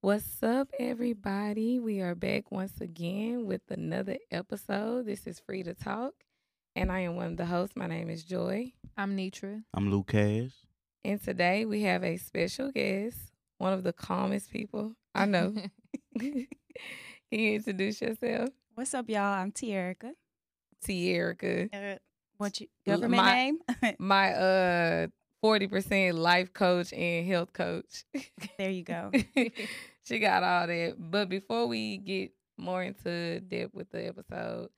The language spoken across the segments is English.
What's up, everybody? We are back once again with another episode. This is Free to Talk, and I am one of the hosts. My name is Joy, I'm Nitra. I'm Luke Cash. and today we have a special guest, one of the calmest people I know. Can you introduce yourself? What's up, y'all? I'm Tierica. Tierica, Uh, what you L- government my- name? my uh 40% life coach and health coach. there you go. she got all that. But before we get more into depth with the episode,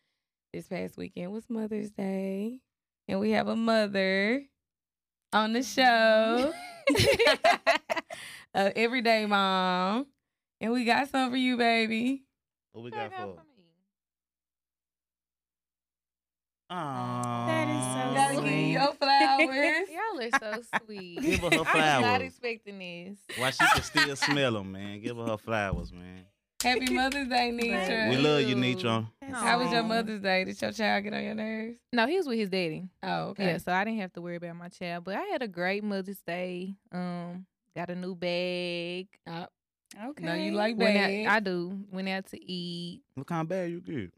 this past weekend was Mother's Day, and we have a mother on the show, a everyday mom, and we got some for you, baby. What we What I got got for? for me? Aww. That is so Gotta give you sweet. your flowers. Oh, Y'all are so sweet. Give her her I was not flowers. expecting this. Why she can still smell them, man. Give her her flowers, man. Happy Mother's Day, We Nitra. look- love you, Ew. Nitro. How was your Aw. Mother's Day? Did your child get on your nerves? No, he was with his daddy. Oh, okay. Yeah, so I didn't have to worry about my child. But I had a great Mother's Day. Um, got a new bag. Okay. No, you like Went that. out, I do. Went out to eat. What kind of bag you get?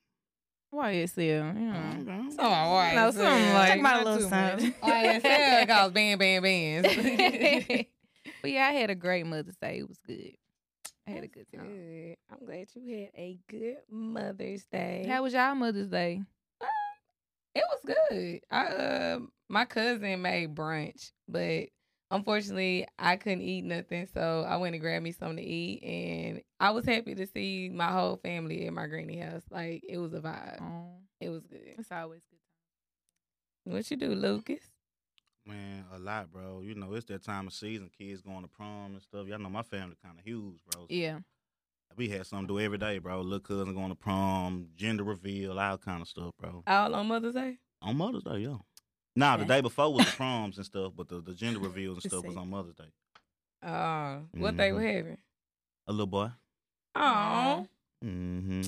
YSL. You Mm-hmm. know. Okay. Oh, all right. No, something like Talk about not a little too much. something. Oh, ISL calls band, band, bands. but yeah, I had a great Mother's Day. It was good. I had a good That's time. good. I'm glad you had a good Mother's Day. How was y'all Mother's Day? it was good. I uh, my cousin made brunch, but unfortunately I couldn't eat nothing, so I went and grabbed me something to eat, and I was happy to see my whole family at my granny house. Like it was a vibe. Oh, It was good. it's always good. What you do, Lucas? Man, a lot, bro. You know, it's that time of season. Kids going to prom and stuff. Y'all know my family kind of huge, bro. So Yeah. We had something to do every day, bro. Little cousin going to prom, gender reveal, all kind of stuff, bro. Uh, All on Mother's Day. On Mother's Day, yeah. Nah, the Okay. day before was the proms and stuff, but the, the gender reveals and Just stuff was say- on Mother's Day. Oh, what they Mhm. were having? A little boy. Oh, Mm-hmm.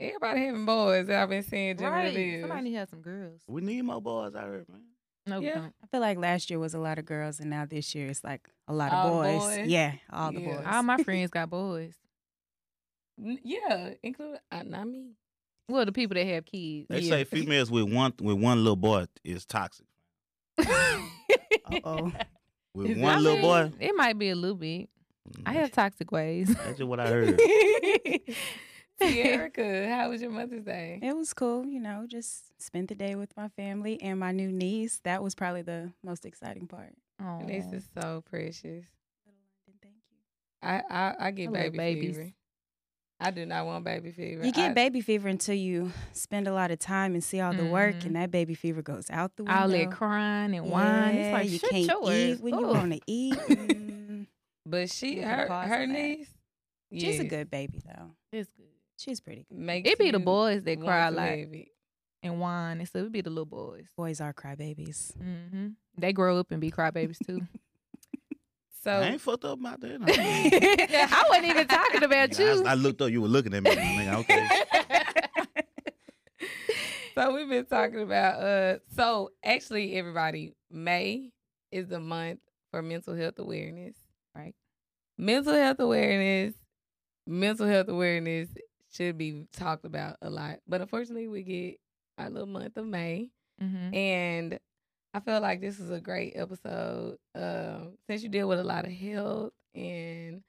everybody having boys. that I've been seeing gender Right. reveals. Somebody had some girls. We need more boys out here, man. No, we Yeah. don't. I feel like last year was a lot of girls, and now this year it's like a lot of All the boys. boys? Yeah, all the Yeah. boys. All my friends got boys. N- Yeah, include uh, not me. Well, the people that have kids. They Yeah. say females with one with one little boy is toxic. Uh-oh. With Is it- one I little mean, boy, Mm. Mm-hmm. It might be a little bit. I have toxic ways. that's just what I heard. Erica, how was your Mother's Day? It was cool, you know. Just spent the day with my family and my new niece. That was probably the most exciting part. Aw. This is so precious. Thank you. I I, I I get love baby babies. fever. I do not want baby fever. You get I- baby fever until you spend a lot of time and see all the work, Mhm. and that baby fever goes out the window. all that crying and whining. Yeah, It's like Oh. you shut can't your eat ass when you up. want to eat. Mm. But she You can her pause her for that. niece. She's a yes, good baby though. It's good. She's pretty good. Makes It be the you boys that want cry a to lot have it. and whine and stuff. It be the little boys. Boys are crybabies. hmm They grow up and be crybabies too. I So ain't fucked up about that. I, I wasn't even talking about you. I looked up. You were looking at me, my nigga. Okay. so we've been talking about uh so actually everybody may is the month for mental health awareness Right. mental health awareness mental health awareness should be talked about a lot but unfortunately we get our little month of may Mhm. and I feel like this is a great episode. Um, since you deal with a lot of health and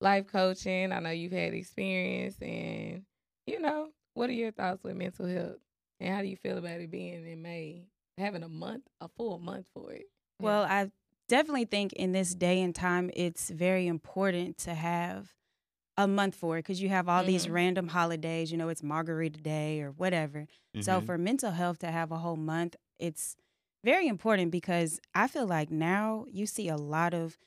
life coaching, I know you've had experience, and you know, what are your thoughts with mental health, and how do you feel about it being in May, having a month, a full month for it? Well, I definitely think in this day and time, it's very important to have a month for it because you have all these Mm-hmm. Mhm. random holidays. You know, it's Margarita Day or whatever. So Mm-hmm. Mhm. for mental health to have a whole month, it's very important because I feel like now you see a lot of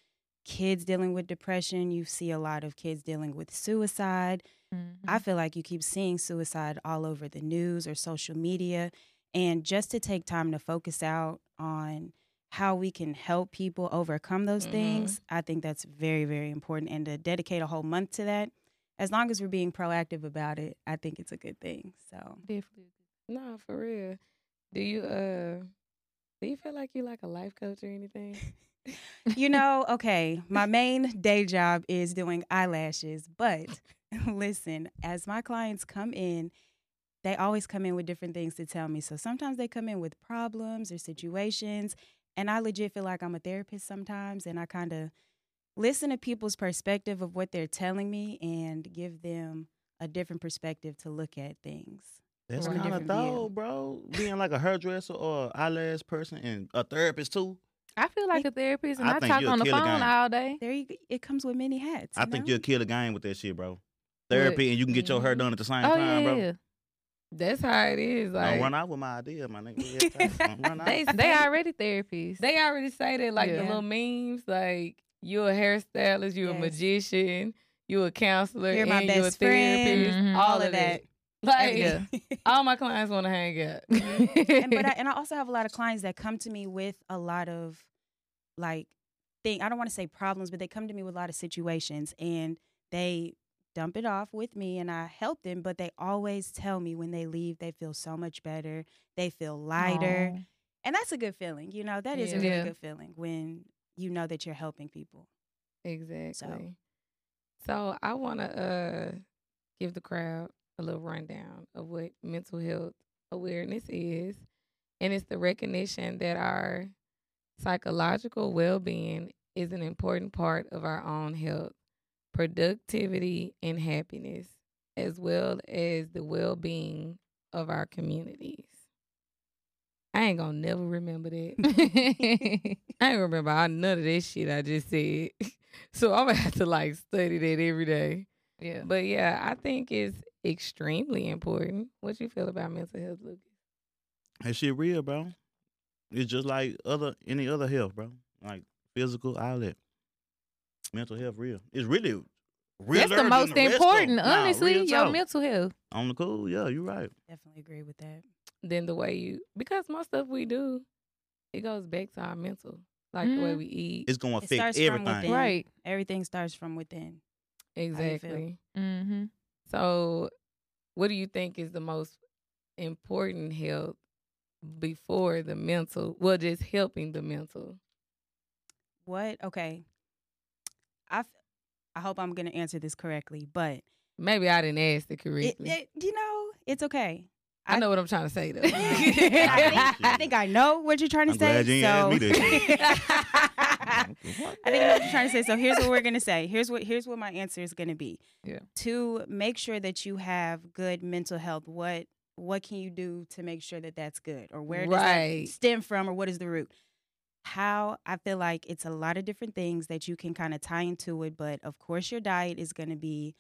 kids dealing with depression. You see a lot of kids dealing with suicide. Mhm. I feel like you keep seeing suicide all over the news or social media. And just to take time to focus out on how we can help people overcome those Mhm. things, I think that's very, very important. And to dedicate a whole month to that, as long as we're being proactive about it, I think it's a good thing. So definitely. No, for real. Do you uh Do you feel like you like a life coach or anything? You know, okay, my main day job is doing eyelashes, but listen, as my clients come in, they always come in with different things to tell me. So sometimes they come in with problems or situations, and I legit feel like I'm a therapist sometimes, and I kind of listen to people's perspective of what they're telling me and give them a different perspective to look at things. That's From a kind of different dull, view. bro. Being like a hairdresser or a eyelash person and a therapist too. I feel like a therapist, and I I, think talk you a on the killer phone guy. all day. There you, it comes with many hats. I you think know? you'll kill a game with that shit, bro. Therapy and you can get your hair Mhm. done at the same Oh time, bro. yeah, That's how it is. Like Don't run out with my idea, my nigga. Don't run out. They they already therapists. They already say that, like the Yeah. little memes, like you a hairstylist, you a Yes. magician, you a counselor, You're my and you a best friend, therapist, Mhm. all of that. Like Yeah. all my clients want to hang out. and but I, and I also have a lot of clients that come to me with a lot of like thing. I don't want to say problems, but they come to me with a lot of situations and they dump it off with me and I help them, but they always tell me when they leave they feel so much better. They feel lighter. Aw. And that's a good feeling. You know, that is Yeah. a really Yeah. good feeling when you know that you're helping people. exactly. So, I want to uh, give the crowd a little rundown of what mental health awareness is, and it's the recognition that our psychological well-being is an important part of our own health, productivity, and happiness, as well as the well-being of our communities. I ain't gonna never remember that. I ain't remember all none of this shit I just said. So I'm gonna have to like study that every day. yeah. But yeah, I think it's extremely important. What you feel about mental health, Lucas? That shit real, bro. It's just like other any other health, bro. Like physical, all that. Mental health, real. It's really real. That's the most important, honestly. your mental. mental health. On the cool, yeah, you right. Definitely agree with that. Than the way you because most stuff we do, it goes back to our mental, like the way Mhm. we eat. It's gonna It affect starts from everything. within. Right. Everything starts from within. feel. exactly. Mm-hmm. So, what do you think is the most important health before the mental? Well, just helping the mental. What? Okay. I f- I hope I'm going to answer this correctly, but Maybe I didn't ask it It, correctly. it- you know, it's okay. I know what I'm trying to say though. I, think, I think I know what you're trying to I'm say. glad you ain't so asked me this I What? think I know what you're trying to say. So here's what we're gonna say. Here's what here's what my answer is gonna be. Yeah. To make sure that you have good mental health, what what can you do to make sure that that's good, or where does that right. stem from or what is the root how i feel like it's a lot of different things that you can kind of tie into it but of course your diet is going to be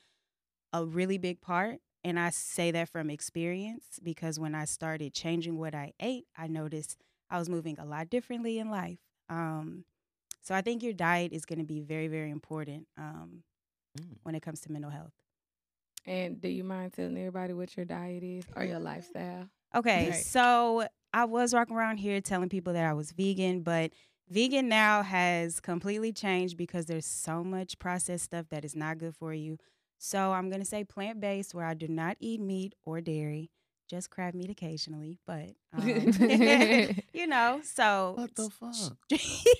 a really big part and i say that from experience because when i started changing what i ate i noticed i was moving a lot differently in life um, so i think your diet is going to be very very important um, Mm. when it comes to mental health And do you mind telling everybody what your diet is or your lifestyle? Okay, Right. so I was walking around here telling people that I was vegan, but vegan now has completely changed because there's so much processed stuff that is not good for you. So I'm gonna say plant based, where I do not eat meat or dairy, just crab meat occasionally, but um, you know. So What the fuck?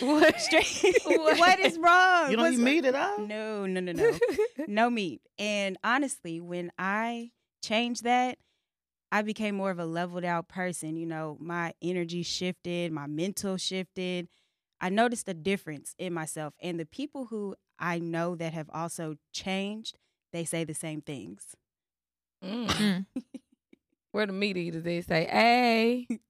What? what is wrong? You don't What's- eat meat at all? No, no, no, no no meat. And honestly, when I changed that, I became more of a leveled out person. You know, my energy shifted, my mental shifted. I noticed a difference in myself. And the people who I know that have also changed, they say the same things. Mm. Mm. Where the meat eaters they say, "Hey,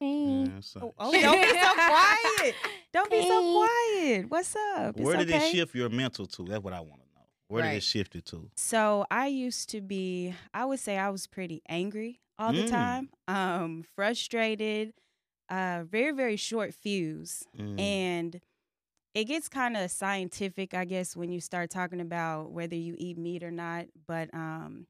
Yeah, so- Oh, oh, don't be so quiet. Don't be so quiet. What's up? It's oh. Where did okay. it shift your mental to? That's what I want to know. Where did Right. it shift it to? So I used to be, I would say I was pretty angry all the Mm. time, um, frustrated, uh, very, very short fuse. Mm. And it gets kind of scientific, I guess, when you start talking about whether you eat meat or not. But um,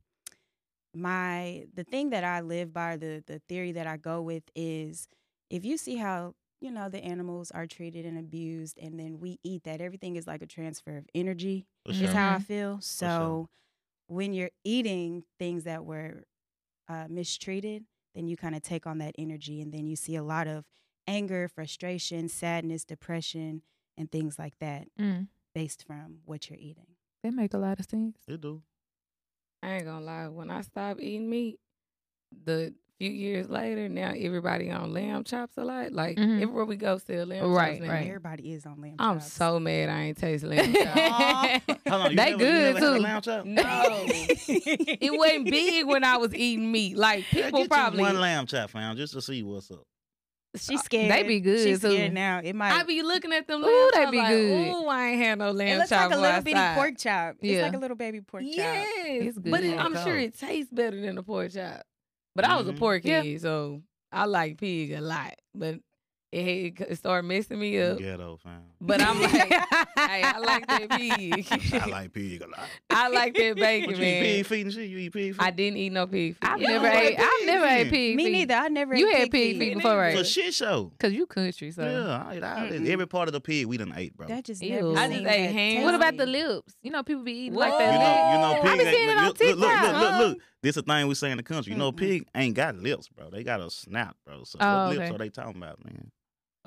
my the thing that I live by, the the theory that I go with is if you see how you know the animals are treated and abused, and then we eat that, everything is like a transfer of energy Mm-hmm. For it's sure. is how I feel. So sure. when you're eating things that were uh, mistreated, then you kind of take on that energy, and then you see a lot of anger, frustration, sadness, depression, and things like that Mm. based from what you're eating. That make a lot of sense. It do. I ain't gonna lie. When I stopped eating meat, the few years later, now everybody on lamb chops a lot. Like Mhm. everywhere we go, still lamb Right, chops. now. right. Everybody is on lamb I'm chops. so mad I ain't taste lamb chops. How long? You They never, you good never Had a too. lamb chop? no, it wasn't big when I was eating meat. Like Yeah, people get you probably one lamb chop, fam, just to see what's up. She's scared. They be good, She's scared too. now. It might. I be looking at them. Ooh, lamb they chops be like, good. Ooh, I ain't had no lamb it looks chop. like a go little bitty outside." pork chop. Yeah. It's like a little baby pork chop. Yes, It's but good. it, I'm sure it tastes better than a pork chop. But I was a Mhm. pork Yeah. kid, so I like pig a lot. But it, it started messing me up. Ghetto, fam. But I'm like, hey, I like that pig. I like pig a lot. I like that What bacon, you eat man. pig feet and shit? You eat pig feet? I didn't eat no pig. feet. I've Yeah, never I like ate. pig I've never ate feet. pig. Me feet. neither. I never. You ate had pig feet feet. before, Me right? neither. For shit show. Cause you country, so. Yeah, I ate all that. Mm-mm. Every part of the pig we done ate, bro. That just Ew. never. I just seen ate that ham. taste. What about the lips? You know, people be eating What? like you that. know, you know, I pig be ain't- seeing it on look, look, look, look, TikTok. look, look. This a thing we say in the country. You know, Mm-mm. pig ain't got lips, bro. They got a snout, bro. So Oh, what lips okay. are they talking about, man?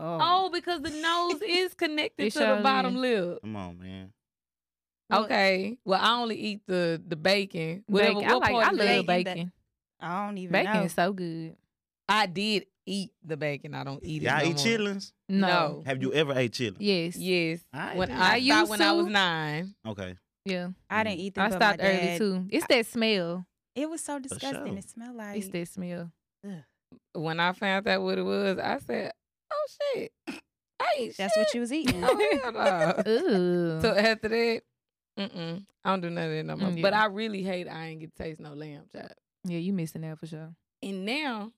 Oh, because the nose is It connected to sure the bottom is. lip. Come on, man. Well- Okay. Well, I only eat the the bacon. Whatever. Bacon. I what like. part I of the love bacon- bacon that- bacon. I don't even Bacon know. is so good. I did eat the bacon. I don't eat it. Y'all no eat more. chitlins? No. No. Have you ever ate chitlins? Yes. Yeah. Yes. I When did. I, I stopped when I was used to. nine. Okay. I didn't eat them. I but my stopped early dad- too. It's that smell. It was so sure. disgusting. It smelled like. It's that smell. When I found out what it was, I said, "Oh shit, I eat That's shit. what you was eating. Oh, hell no. Ooh. So after that, mm-mm, I don't do none of that no more. Mm, But yeah. I really hate I ain't get to taste no lamb chop. yeah, you missing that for sure. And now,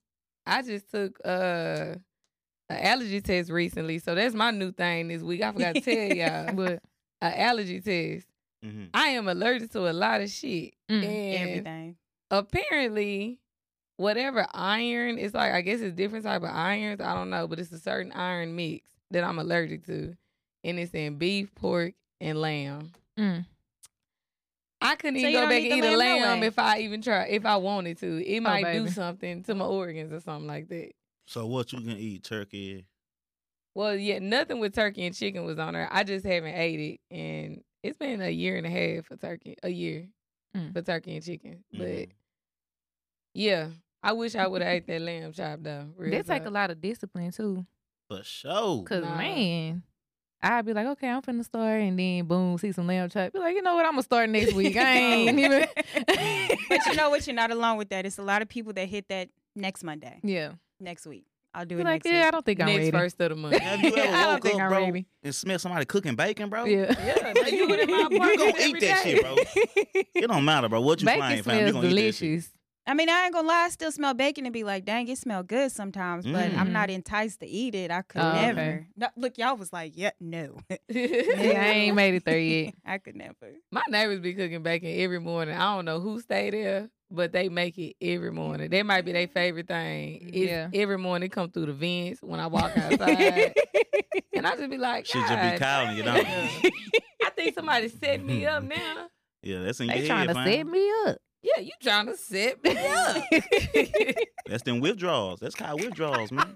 I just took uh, an allergy test recently, so that's my new thing this week. I forgot to tell y'all But an allergy test. Mhm. I am allergic to a lot of shit, mm, and Everything. apparently whatever iron it's like i guess it's different type of irons i don't know but it's a certain iron mix that i'm allergic to and it's in beef pork and lamb mm. i couldn't So even you go don't back eat and the eat a lamb no lamb way? Oh, if i even try if i wanted to it might do baby. something to my organs or something like that So what you can eat? Turkey. well yeah nothing with turkey and chicken was on there i just haven't ate it and it's been a year and a half for turkey a year Mm. for turkey and chicken but Mhm. yeah i wish i would have ate that lamb chop though real That take talk. a lot of discipline too. For sure. Cause Nah. man, I'd be like, okay, I'm finna start, and then boom, see some lamb chop. Be like, you know what? I'm gonna start next week. I ain't even. But you know what? You're not alone with that. It's a lot of people that hit that next Monday, Yeah. next week. I'll do Be it like, next yeah, I week. don't think I'm next ready. first of the month. Have I you don't ever woke think I'm up, bro, ready. and smelled somebody cooking bacon, bro? Yeah. yeah, like you in my You apartment gonna eat every that day. shit, bro. It don't matter, bro. What you Bacon flying, fam? You smells gonna eat delicious. I mean, I ain't gonna lie. I still smell bacon and be like, dang, it smell good sometimes, but Mm. I'm not enticed to eat it. I could Oh, okay. never. No, look, y'all was like, yeah, no, Yeah, I ain't made it there yet. I could never. My neighbors be cooking bacon every morning. I don't know who stay there, but they make it every morning. That might be their favorite thing. Mm, It's Yeah. Every morning, it come through the vents when I walk outside, and I just be like, that shit. Should just be "God calling you, damn." don't it? I think somebody set me up now. Yeah, that's in They your trying to head, fam. set me up. Yeah, you trying to set me up? That's them withdrawals. That's called withdrawals, man.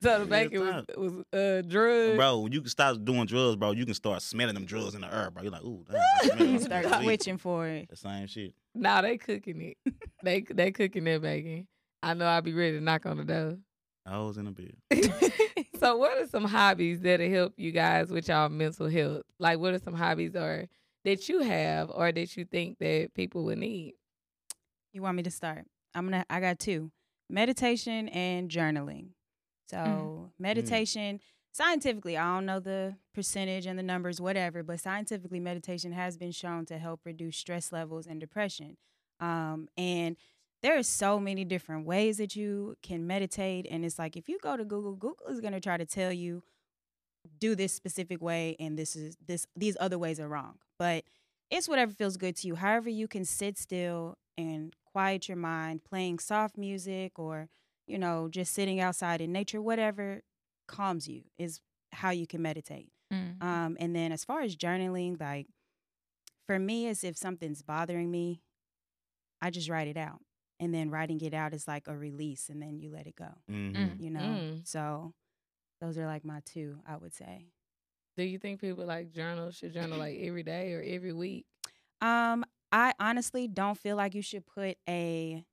so the Real bacon was was uh, drugs. bro, when you can stop doing drugs, bro, you can start smelling them drugs in the air, bro. You're like, ooh, damn, I smell You them start drugs. switching for it. The same shit. Nah, they cooking it. they they cooking their bacon. I know I'll be ready to knock on the door. I was in a bed. so what are some hobbies that'll help you guys with y'all mental health? Like what are some hobbies or that you have or that you think that people would need? You want me to start? I'm gonna. I got two: meditation and journaling. So meditation, scientifically, I don't know the percentage and the numbers, whatever, but scientifically, meditation has been shown to help reduce stress levels and depression. Um, and there are so many different ways that you can meditate, and it's like if you go to Google, Google is gonna try to tell you do this specific way, and this is this these other ways are wrong, but it's whatever feels good to you. However, you can sit still and quiet your mind, playing soft music or, you know, just sitting outside in nature, whatever calms you is how you can meditate. Mm-hmm. Um, and then as far as journaling, like for me, as if something's bothering me, I just write it out. and then writing it out is like a release and then you let it go Mm-hmm. you know Mm. so those are like my two i would say Do you think people like journal should journal like every day or every week? um i honestly don't feel like you should put a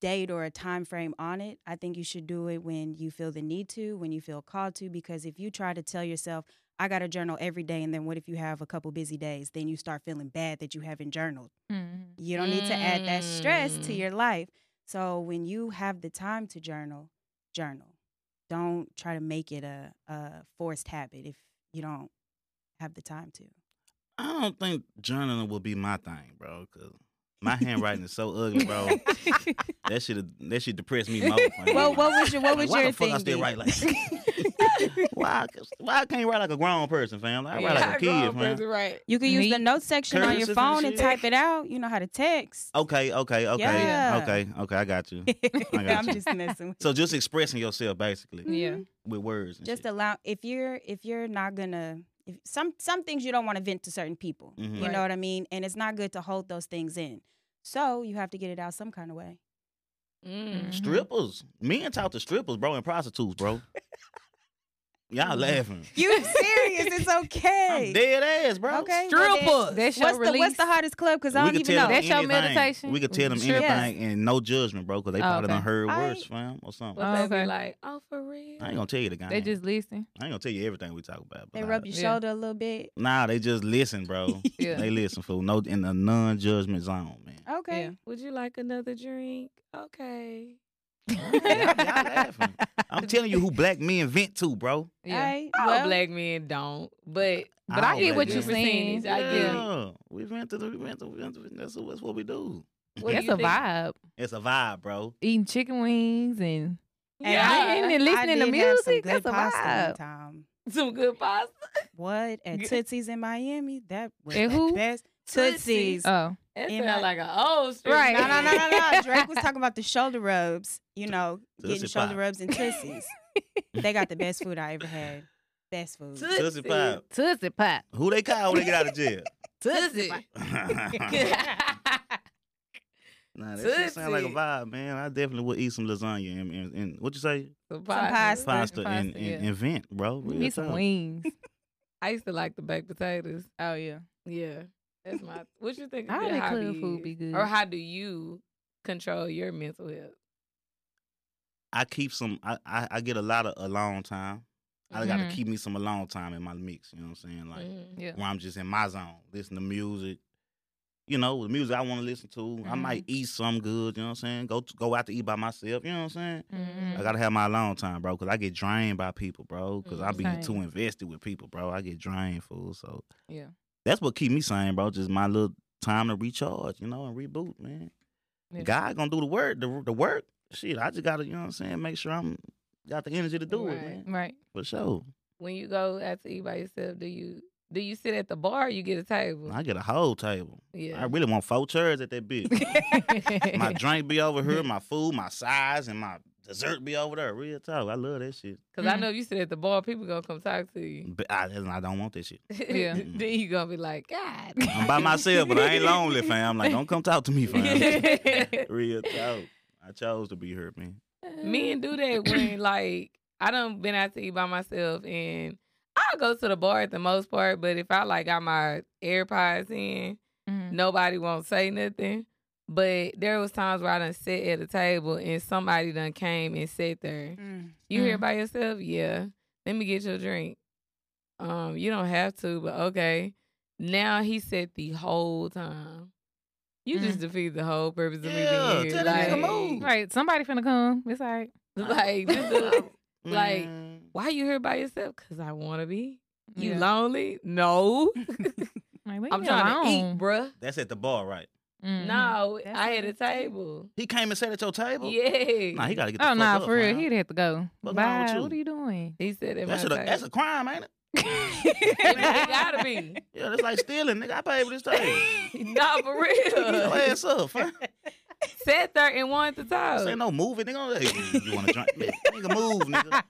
date or a time frame on it i think you should do it when you feel the need to when you feel called to because if you try to tell yourself i got to journal every day and then what if you have a couple busy days then you start feeling bad that you haven't journaled Mhm. You don't need to add that stress to Mm. your life. So when you have the time to journal, journal. Don't try to make it a, a forced habit if you don't have the time to. I don't think journaling will be my thing, bro. Cause my handwriting is so ugly, bro. That should that should depress me more. Well, what was your what Like, was why your the fuck thing? I still be? write like that? why? I- Why I can't write like a grown person, fam? Like, I write like a kid, fam. right? you can use the Me? note section on Cursive your and phone and shit. Oh, type it out. You know how to text. Okay, okay, okay, Yeah. okay, okay. I got you. Mm-hmm. got I'm you. just messing. With So just expressing yourself basically Yeah. Mhm. with words. And Just shit. allow if you're if you're not gonna if some some things you don't want to vent to certain people. Mhm. You Right. know what I mean? And it's not good to hold those things in. So you have to get it out some kind of way. Mm. strippers. Men talk to strippers, bro, and prostitutes, bro. Y'all laughing. You serious? It's okay. I'm dead ass, bro. Okay. well then, Strippers. That's your What's the, release. what's the hottest club? Because I we don't could even tell know. them That's your anything. meditation? We could tell them Sure. anything Yes. and no judgment, bro, because they Oh, probably okay. done heard I- words, fam, or something. But they Okay. be like, oh, for real? I ain't gonna tell you the guy. They just listen. I ain't gonna tell you everything we talk about. But They like, rub your Yeah. shoulder a little bit. Nah, they just listen, bro. Yeah. They listen, fool. No, in a non-judgment zone, man. Okay. Yeah. Would you like another drink? Okay. y'all laughing. I'm telling you who black men vent to, bro. Yeah. All Oh, right. All well, black men don't, but But I All get black what men you're vent. saying. Percentage, I get it. Yeah, we vent to the, we vent to, we vent to that's, what- that's what we do. What do That's you a think? vibe. It's a vibe, bro. Eating chicken wings and and Yeah. I- And then listening I to did have some music, good that's a pasta one vibe. time. some good pasta. What at Good. Tootsie's in Miami? That was At the who? best. Tootsie's. Tootsie's. oh, It And sound I- like an old strip. Right. No, no, no, no, no. club. Drake was talking about the shoulder rubs. You know, getting Tootsie shoulder Pop. rubs and Tootsie's. they got the best food I ever had. Best food. Tootsie. Tootsie Pop. Tootsie Pop. Who they call when they get out of jail? Tootsie. Tootsie. nah, that shit sound like a Tootsie. vibe, man. I definitely would eat some lasagna and, and, and what you say? Some pasta. Pasta, Pasta, and, and, yeah. and vent, bro. Real Need some talk. wings. I used to like the baked potatoes. Oh yeah. Yeah, that's my. What you think? I Of your think hobby club food is? be good. Or how do you control your mental health? I keep some. I, I, I get a lot of alone time. I gotta Mhm. keep me some alone time in my mix. You know what I'm saying? Like Mhm. Yeah. where I'm just in my zone, listen to music. You know, the music I want to listen to. I might Mm-hmm. eat some good. You know what I'm saying? Go to, go out to eat by myself. You know what I'm saying? Mhm. Mm-hmm. I gotta have my alone time, bro, because I get drained by people, bro. Because I be Mm, Same. too invested with people, bro. I get drained, fool. So Yeah. that's what keep me sane, bro. Just my little time to recharge, you know, and reboot, man. Yeah. God gonna do the work, the, the work. Shit, I just gotta, you know what I'm saying? Make sure I'm got the energy to do Right. it, man. Right. For sure. When you go out to eat by yourself, do you do you sit at the bar? or You get a table. I get a whole table. I yeah. really want four chairs at that bitch. my drink be over here, my food, my size, and my dessert be over there. Real talk, I love that shit. Cause Mm. I know if you sit at the bar, people gonna come talk to you. But I, I don't want that shit. Yeah. then you gonna be like, God. I'm by myself, but I ain't lonely, fam. Like, don't come talk to me, fam. Real talk. I chose to be here, man. Men do that when like I done been out to eat by myself and I'll go to the bar at the most part, but if I like got my AirPods in, Mm-hmm. Mhm. nobody won't say nothing. But there was times where I done sit at a table and somebody done came and sat there. Mm. You here Mm-hmm. Mm. by yourself? Yeah. Let me get your drink. Um, you don't have to, but okay. Now he sat the whole time. You just defeat the whole purpose of me Mm. Yeah, being here. tell the like, nigga move. Right. Somebody finna come. It's all right. Like, just the- Like, Man. why you here by yourself? Cause I want to be. You Yeah. lonely? No, Like, leave I'm me trying to alone. eat, bruh. that's at the bar, right? Mhm. No, That's I what had a I'm saying. table. He came and sat at your Mm-hmm. table? Yeah. Nah, he gotta get the Oh no, fuck up, for real, fam. he'd have to go. Fuck wrong with Bye. you? What are you doing? he said at That my should table. that's a crime, ain't it? it, it gotta be. Yeah, that's like stealing, nigga. I paid for this table. Nah, for Get your real. ass up, fam. Sat there and wanted to talk. This ain't no moving, nigga. Hey, you want to drink? Nigga, nigga, move, nigga.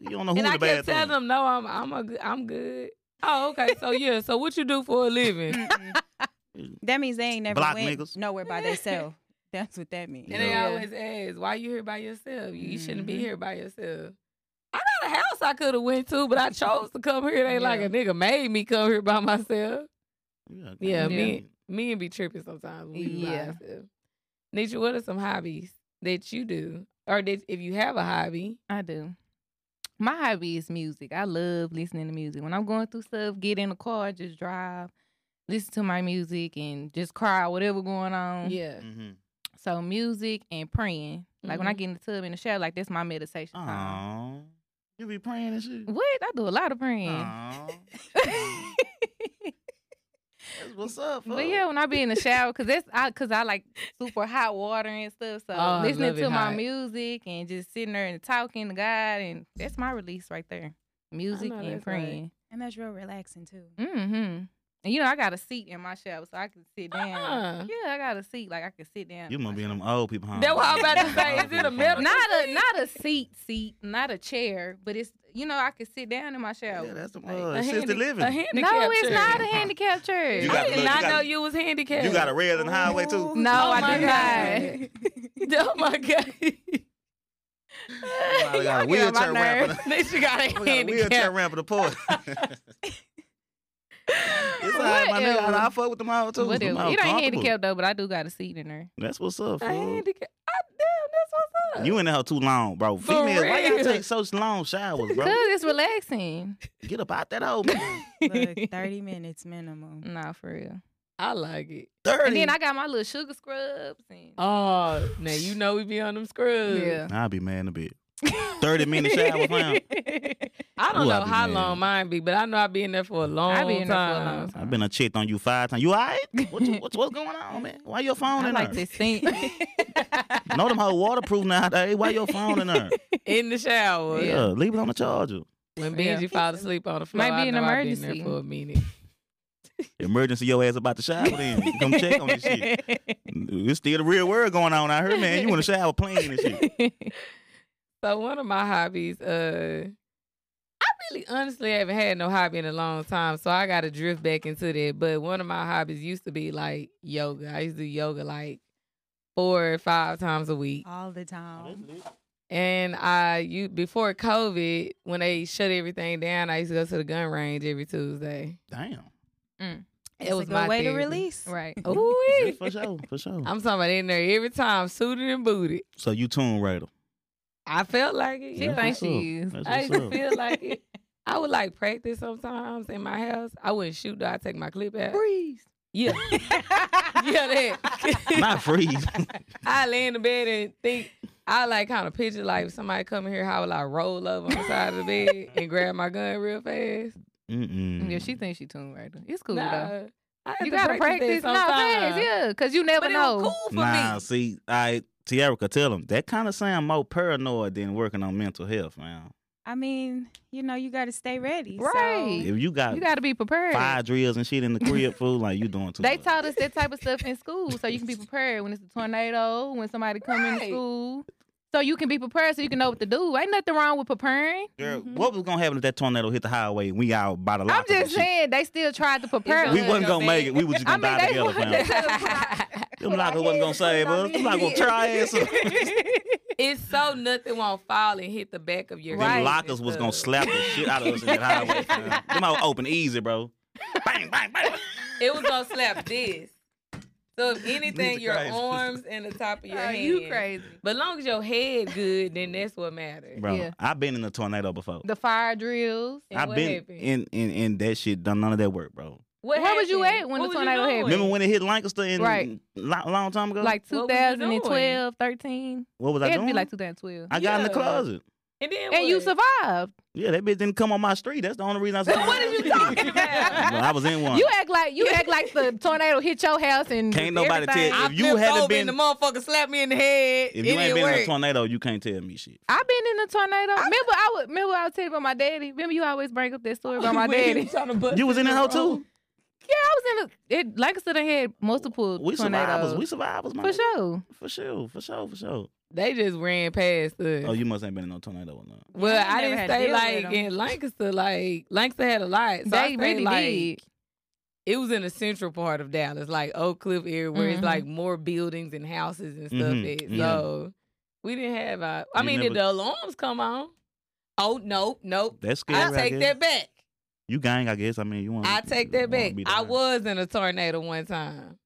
You don't know and who in I the kept telling bathroom. them, no, I'm I'm a good, I'm good. Oh, okay. So yeah. So what you do for a living? Mm-mm. that means they ain't never Block went niggas. nowhere by themselves. That's what that means. And they Yeah. always ask, "Why you here by yourself? You shouldn't be Mm-hmm. Mhm. here by yourself." I got a house I could have went to, but I chose to come here. It ain't like Yeah. a nigga made me come here by myself. Yeah, Yeah, come me- on. Men be tripping sometimes. When we yeah. Yeah. Ourselves. Nisha, what are some hobbies that you do, or that if you have a hobby? I do. My hobby is music. I love listening to music. When I'm going through stuff, get in the car, just drive, listen to my music, and just cry, whatever going on. Yeah. Mhm. So music and praying. Like when I Mhm. get in the tub in the shower, like that's my meditation Uh-huh. time. Aw. You be praying and shit. What? I do a lot of praying. Aw. That's what's up. But huh? yeah, when I be in the shower, cause that's I, cause I like super hot water and stuff. So Oh, I listening love it to my hot. music and just sitting there and talking to God, and that's my release right there. Music know and that's right. praying. And that's real relaxing too. Mm-hmm. And you know, I got a seat in my shower, so I can sit down. Uh-uh. Yeah, I got a seat, like I can sit down. You in my must be in shower. them old people home. That's what I'm about to say. Is it a middle? not a not a seat seat, not a chair, but it's you know I can sit down in my shower. Yeah, that's some Like, uh, A assisted handi- living. A handicap no, it's chair. not a handicap chair. You I got- did look, you not got- know you was handicapped. You got a red in the highway too. No, Oh I my did not. Oh my god. I got Y'all get a on my wheelchair ramp. nerves. in Nisha got the- a We got a wheelchair handicap. ramp in the porch. It's all right, my nigga. Whatever. I, I fuck with them all too. Whatever. Them all It ain't comfortable. handicapped though, but I do got a seat in there. That's what's up. A fool. handicap. I, damn, that's what's up. You in there too long, bro. Females, why y'all real. take such long showers, Cause bro? it's relaxing. Get up out that old man. Look, 30 minutes minimum. Nah, for real. I like it. Thirty. And then I got my little sugar scrubs and Oh, now you know we be on them scrubs. yeah. I'll be mad in a bit. Thirty minute shower, fam. I don't Ooh, I know be how mad. long mine be, but I know I be in there for a long I be in there for a time. long I've time. been a checked on you five times. You all right? What you, what's, what's going on, man? Why your phone I in like there? this thing. Know them whole waterproof nowadays. Why your phone in there? In the shower. Yeah. leave it on the charger. When Yeah. Benji fall asleep on the floor, Might be I an know I Been emergency. there for a minute. Emergency, your ass about to shower. Then come check on this shit. It's still the real world going on out here, man. You want to shower playing and shit? So one of my hobbies, uh, I really honestly haven't had no hobby in a long time, so I got to drift back into that. But one of my hobbies used to be like yoga. I used to do yoga like four or five times a week. All the Oh, time. And I you before COVID, when they shut everything down, I used to go to the gun range every Tuesday. Damn. it That's was a good my way to therapy. release. right. Ooh-wee. For sure, for sure. I'm talking about in there every time, suited and booted. So you Tomb Raider. I felt like it. She Yeah. That's thinks what's up. she is. That's I used what's to up. feel like it. I would like practice sometimes in my house. I wouldn't shoot though. I take my clip out. Freeze. Yeah, yeah, that. Not freeze. I lay in the bed and think. I like kind of picture like if somebody come in here. How would I roll over on the side of the bed and grab my gun real fast? Mm-mm. Yeah, she thinks she tuned right. It's cool though. Nah, I had You to gotta practice, practice. No, sometimes. fast, yeah. Cause you never but it know. was cool for Nah, me. see, I Tierica, tell him that kind of sound more paranoid than working on mental health, man. I mean, you know, you got to stay ready. so- Right. If you got, You gotta be prepared. fire drills and shit in the crib, fool, like you doing too They much. taught us that type of stuff in school, so you can be prepared when it's a tornado, when somebody come in Right. school, so you can be prepared, so you can know what to do. Ain't nothing wrong with preparing. Girl, Mhm. what was gonna happen if that tornado hit the highway and we out by the Mm-hmm. I'm lockers and just shit? saying they still tried to prepare. We us. wasn't gonna make it. We was just I gonna mean, die they together, wanted fam. Them lockers wasn't gonna save us. Them lockers gonna try us. Them It's so nothing won't fall and hit the back of your. face lockers and was gonna stuff. slap the shit out of us in that highway, fam. Them all open easy, bro. Bang, bang, bang. It was gonna slap this. So if anything, Mr. your Christ. arms and the top of your Are head. you crazy? But long as your head good, then that's what matters. Bro, Yeah. I've been in a tornado before. The fire drills. And I've what been happened? in, in in that shit done none of that work, bro. What Where was you happened? at when What the was you tornado happened? doing? Remember when it hit Lancaster in Right. lo- long time ago? Like What was you doing? 2012, 13. what was It I had to doing? be like 2012. I got in the Yeah. closet. And then and you what? survived. Yeah, that bitch didn't come on my street. That's the only reason I said. What are you talking about? I was in one. You act like you act like the tornado hit your house and Can't nobody tell- everything. I If you flipped hadn't over been- and the motherfucker slapped me in the head. it If you ain't didn't been work. in a tornado, you can't tell me shit. I've been in a tornado. remember, I would remember I was telling you about my daddy. Remember, you always bring up that story about my When he daddy. was trying to bust You was in that hoe the too. yeah, I was in a. It, like I said, I had multiple We tornadoes survivors. We survivors, man. for sure. For sure. For sure. For sure. They just ran past us. Oh, you must ain't been in no tornado or nothing. well, I I ain't didn't never had to stay deal with like 'em. in Lancaster. Like Lancaster had a lot. So I they stayed, really like, did. it was in the central part of Dallas, like Oak Cliff area, where it's Mhm. like more buildings and houses and stuff. Mhm, at. yeah. So we didn't have. Our, I You mean, did never- the alarms come on? Oh nope, nope. That's scary. I I take guess. that back. You gang, I guess. I mean, you want. I take that back. I was in a tornado one time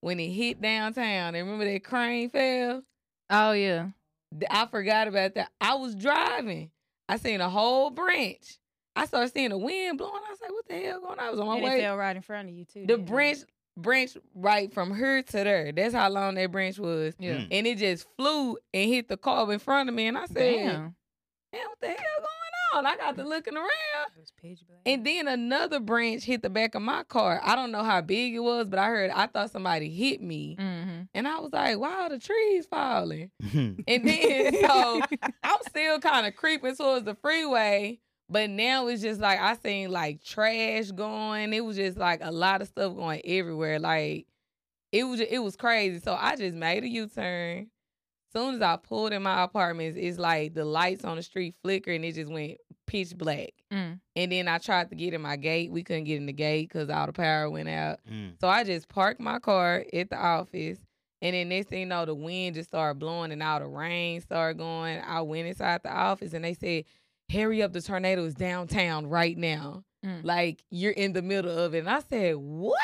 when it hit downtown. And remember that crane fell? Oh yeah. Th- I forgot about that. I was driving. I seen a whole branch. I started seeing the wind blowing. I was like, "What the hell going on?" I was on my and way. it fell right in front of you too. the didn't it? branch branch right from her to there. That's how long that branch was. Yeah. Mm. And it just flew and hit the car in front of me. And I said, Damn. Damn. what the hell going on? I got to looking around. It was pitch black. And then another branch hit the back of my car. I don't know how big it was, but I heard I thought somebody hit me. Mm. Mm-hmm. And I was like, wow, the trees falling. was. And then so I'm still kind of creeping towards the freeway, but now it's just like I seen like trash going. It was just like a lot of stuff going everywhere. Like it was it was crazy. So I just made a U-turn. Soon as I pulled in my apartments, it's like the lights on the street flicker and it just went pitch black. Mm. And then I tried to get in my gate. We couldn't get in the gate because all the power went out. mm. So I just parked my car at the office. And then next thing you know, the wind just started blowing and all the rain started going. I went inside the office and they said, Hurry up, the tornado is downtown right now. Mm. Like you're in the middle of it. And I said, What?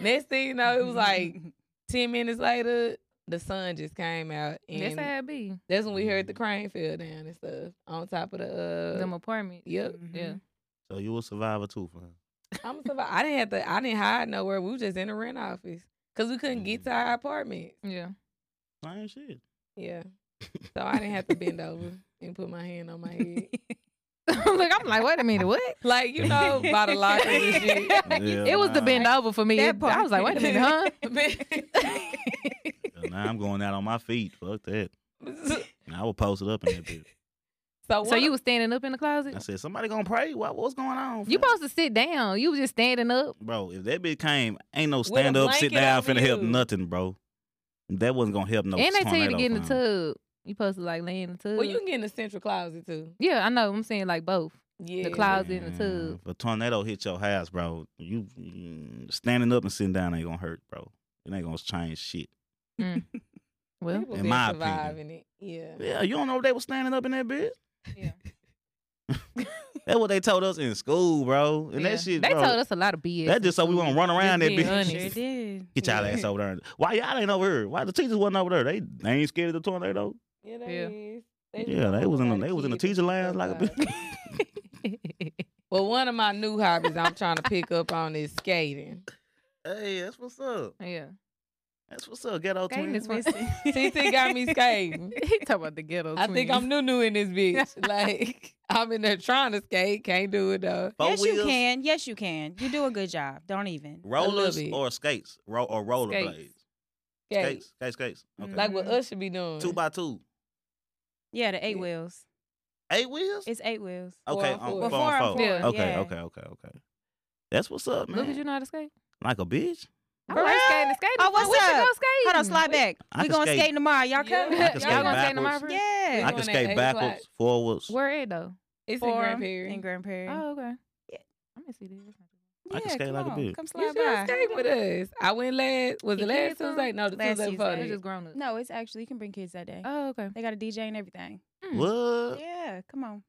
next thing you know, it was like 10 minutes later, the sun just came out. That's And how it be. that's when we heard the crane fell down and stuff on top of the. Uh, Them apartments. yep. Mm-hmm. Yeah. So you a survivor too, friend. I'm a survivor. I didn't have to. I didn't hide nowhere. We was just in the rent office because we couldn't Mm. get to our apartment. Yeah. Same shit. Yeah. So I didn't have to bend over and put my hand on my head. Look, I'm like, wait a minute, what? Like, you know, by the oh, locker and shit. Yeah, it was the nah. bend over for me. That It- I was like, wait a minute, huh? Yeah, Now I'm going out on my feet. Fuck that. And I will post it up in that bitch. so, so you was standing up in the closet? I said, somebody gonna pray? What, what's going on? You fam?" supposed to sit down. You was just standing up. Bro, if that bitch came, ain't no a stand up, sit blanket down, over finna help you. nothing, bro. That wasn't gonna help no. and they tell you to tornado, get in the fam. tub. You supposed to like lay in the tub. well, you can get in the central closet too. yeah, I know. I'm saying like both. Yeah. closet. in the Yeah, tub. Mm, If a tornado hit your house, bro, you mm, standing up and sitting down ain't gonna hurt, bro. It ain't gonna change shit. Well, People In been my opinion. surviving it. Yeah. Yeah, you don't know if they was standing up in that bed. yeah. That's what they told us in school, bro. And Yeah. that shit, They bro. told us a lot of BS. that just so we won't run around that being bitch. honest. Sure did. Get y'all Yeah. ass over there. Why y'all ain't over here? Why the teachers wasn't over there? They, they ain't scared of the tornado. Yeah, that Yeah. is. just Yeah, don't they know was in how the they was in the kids teacher lounge like a survive. bitch. Well, one of my new hobbies I'm trying to pick up on is skating. Hey, that's what's up. yeah. That's what's up. Ghetto Skating twins. is fun. Listen. TT got me skating. he talk about the ghetto. I think I'm new new in this bitch. Like I'm in there trying to skate, can't do it though. Four yes, you wheels, can. Yes, you can. You do a good job. Don't even. Rollers bit. or skates, Ro- or roller Skates. blades. Skate. Skates, skates, skates. Okay. Like what us should be doing. two by two, Yeah, the eight Yeah. wheels. eight wheels. It's eight wheels. okay, four on on four. Well, four four on on four. Yeah. four, Okay, yeah. okay, okay, okay. That's what's up, man. Look at you know how to skate. Like a bitch. I Bruh. like skating. Skating. Oh, what's we should up? go skating. Hold on, slide We- back. I we can going skate. skating tomorrow. Y'all Yeah. coming? I can skate Y'all gonna skate tomorrow? backwards. Yeah. I We're can going at skate eight backwards, o'clock. forwards. Where at though? It's in Forum Grand Prairie. In Grand Prairie. Oh, okay. Yeah. I'm gonna see this. I can Yeah, skate come like a on. bitch. Come You slide should by. skate with us. I went last. Was You it last did some? Tuesday? No, the Last Tuesday before. Tuesday. that. It's just grown up. Oh, No, it's actually you can bring kids that day. Oh, okay. They got a DJ and everything. Mm. What? Yeah, come on.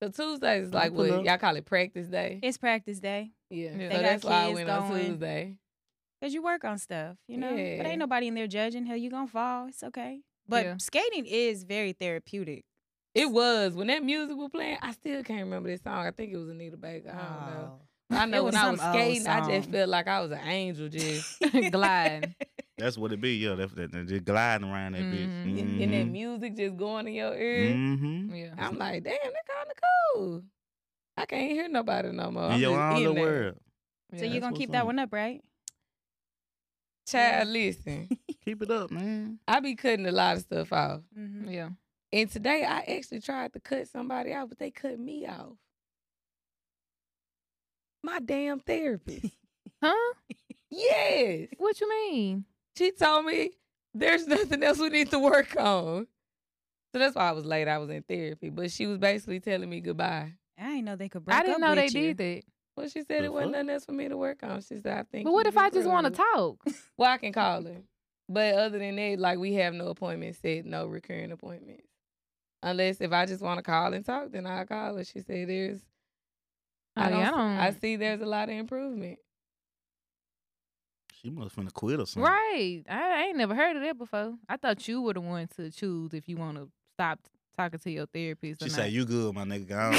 The Tuesday is like I'll pull what up. y'all call it practice day. It's practice day. yeah. They So got that's why I kids went on going. Tuesday. Cause you work on stuff, you know. But Yeah. ain't nobody in there judging. Hell, you gonna fall. It's okay. But Yeah. skating is very therapeutic. It was when that music was playing. I still can't remember this song. I think it was Anita Baker. I don't know. I It know when was I was some old skating, I just song. felt like I was an angel, just Oh, Gliding. That's what it be. Yeah, that, that, that- just gliding around that Mhm. and bitch. and Mm-hmm. that music just going in your ear. Mm-hmm. Yeah. I'm like, damn, that kind of cool. I can't hear nobody no more. In Oh, I'm your just own in little there. world. so Yeah. you that's gonna what's keep that up. one up, right? Child, listen, Keep it up, man. I be cutting a lot of stuff off. Mm-hmm. Yeah. And today I actually tried to cut somebody out, but they cut me off. My damn therapist. Huh? yes. What you mean? She told me there's nothing else we need to work on. So that's why I was late. I was in therapy, but she was basically telling me goodbye. I didn't know they could break I didn't up know they with you. did that. Well, she said The it wasn't fuck? nothing else for me to work on. She said, I think. But what you if I just want to improved." talk? Well, I can call her. But other than that, like we have no appointments set, no recurring appointments. Unless if I just want to call and talk, then I'll call her. She said there's I, mean, I Oh, don't. I see there's a lot of improvement. She must finna quit or something. right. I, I ain't never heard of that before. I thought you were the one to choose if you want to stop talking to your therapist. She or said, not. "You good, my nigga? Go on,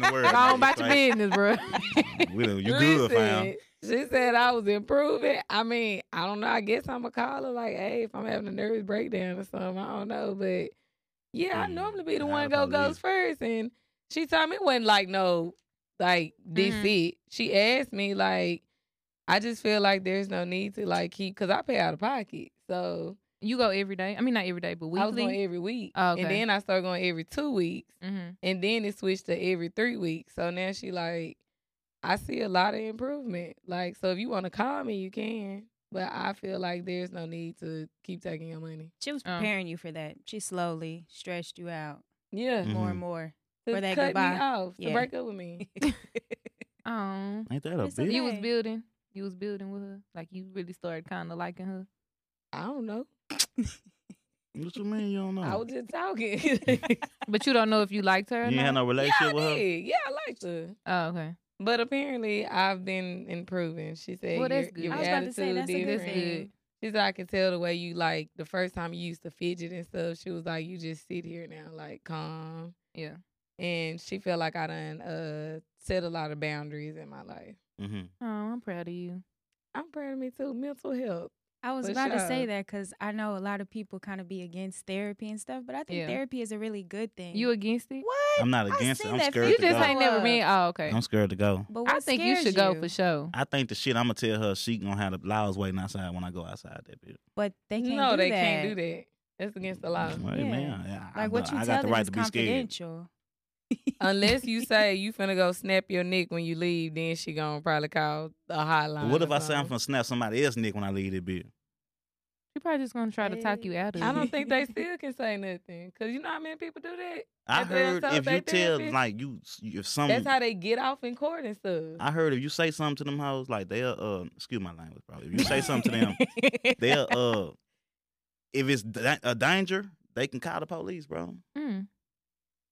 go on, worry Go on about your Straight- business, bro. We done- You good, fam? She said I was improving. I mean, I don't know. I guess I'm a caller. Like, hey, if I'm having a nervous breakdown or something, I don't know. But yeah, I Mm, normally be the how one if go I goes leave? first. And she told me it wasn't like no, like this Mm-hmm. it. She asked me like, I just feel like there's no need to like keep because I pay out of pocket. So you go every day. I mean, not every day, but weekly. I was going every week, Oh, okay. and then I started going every two weeks. mm-hmm. And then it switched to every three weeks. So now she like, I see a lot of improvement. Like, so if you want to call me, you can. But I feel like there's no need to keep taking your money. She was Oh. preparing you for that. She slowly stretched you out Yeah. Mm. more Mm-hmm. Mhm. and more. To For that cut goodbye. me off. To Yeah. break up with me. Oh, Ain't that a It's a bitch? you was Yay. building. You was building with her. Like you really started kind of liking her. I don't know. What you mean you don't know? I was just talking. yeah, But you don't know if you liked her. you Or ain't not? had no relationship I with her. did. Yeah, I liked her. Oh, okay. But apparently, I've been improving. She said, Well, that's your, good. your I was about to attitude say, that's a good That's different. good. Different. She said I could tell the way you like the first time you used to fidget and stuff. She was like, you just sit here now, like calm. Yeah. And she felt like I done uh, set a lot of boundaries in my life. Mm-hmm. Oh, I'm proud of you. I'm proud of me too. Mental health. I was For about to sure. say that because I know a lot of people kind of be against therapy and stuff, but I think Yeah. therapy is a really good thing. You against it? what? I'm not I against it. seen I'm that scared You to just go. ain't never been. Oh, okay. I'm scared to go. But what I think you scares should go for sure. I think the shit I'm gonna tell her she gonna have the laws waiting outside when I go outside that bitch. But they can't no, do they that. can't do that. That's against the law. Like, Yeah. Mm-hmm. man, yeah, I, Like what I, you I tell got the them right is to be scared. confidential. Unless you say you finna go snap your neck when you leave, then she gonna probably call the But hotline. what or if I say I'm something. gonna snap somebody else nick when I leave that bitch? She probably just gonna try to talk you out of it. I don't think they still can say nothing. Cause you know how many people do that? I If they heard told if they you tell therapist- like you if some That's how they get off in court and stuff. Um, I heard if you say something to them hoes like they'll uh excuse my language bro if you say something to them they'll uh if it's da- a danger they can call the police bro Mm.